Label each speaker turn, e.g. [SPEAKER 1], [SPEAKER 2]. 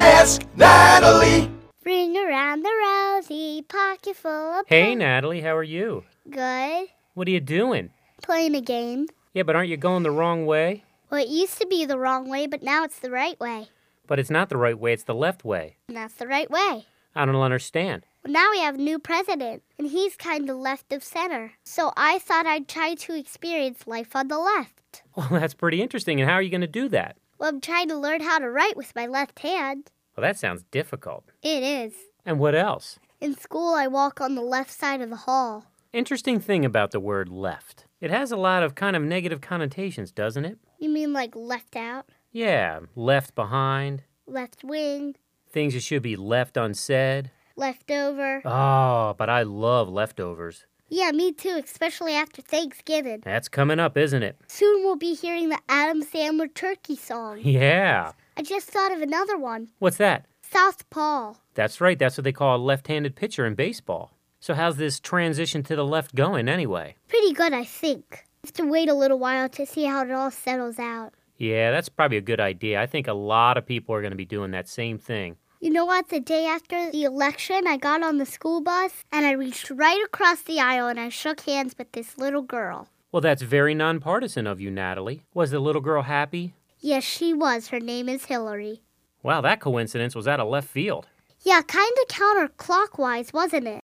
[SPEAKER 1] Ask Natalie.
[SPEAKER 2] Bring around the rosy pocket full of
[SPEAKER 3] Hey,
[SPEAKER 2] pop-
[SPEAKER 3] Natalie, how are you?
[SPEAKER 2] good.
[SPEAKER 3] What are you doing?
[SPEAKER 2] Playing a game.
[SPEAKER 3] Yeah, but aren't you going the wrong way?
[SPEAKER 2] Well, it used to be the wrong way, but now it's the right way.
[SPEAKER 3] But it's not the right way, it's the left way.
[SPEAKER 2] And that's the right way.
[SPEAKER 3] I don't understand.
[SPEAKER 2] Well, now we have a new president, and he's kind of left of center. So I thought I'd try to experience life on the left.
[SPEAKER 3] Well, that's pretty interesting. And how are you going to do that?
[SPEAKER 2] Well, I'm trying to learn how to write with my left hand.
[SPEAKER 3] Well, that sounds difficult.
[SPEAKER 2] It is.
[SPEAKER 3] And what else?
[SPEAKER 2] In school, I walk on the left side of the hall.
[SPEAKER 3] Interesting thing about the word left. It has a lot of kind of negative connotations, doesn't it?
[SPEAKER 2] You mean like left out,
[SPEAKER 3] Yeah, left behind,
[SPEAKER 2] left wing,
[SPEAKER 3] things that should be left unsaid.
[SPEAKER 2] left over?
[SPEAKER 3] Oh, but I love leftovers.
[SPEAKER 2] Yeah, me too, especially after Thanksgiving.
[SPEAKER 3] That's coming up, isn't it?
[SPEAKER 2] Soon we'll be hearing the Adam Sandler turkey song.
[SPEAKER 3] Yeah.
[SPEAKER 2] I just thought of another one
[SPEAKER 3] What's that?
[SPEAKER 2] South Paul.
[SPEAKER 3] That's right. That's what they call a left handed pitcher in baseball. So, how's this transition to the left going anyway?
[SPEAKER 2] Pretty good, I think. Have to wait a little while to see how it all settles out.
[SPEAKER 3] Yeah, that's probably a good idea. I think a lot of people are going to be doing that same thing.
[SPEAKER 2] You know what? The day after the election, I got on the school bus and I reached right across the aisle and I shook hands with this little girl.
[SPEAKER 3] Well, that's very nonpartisan of you, Natalie. Was the little girl happy?
[SPEAKER 2] Yes, she was. Her name is Hillary.
[SPEAKER 3] Wow, that coincidence was out of left field.
[SPEAKER 2] Yeah, kind of counterclockwise, wasn't it?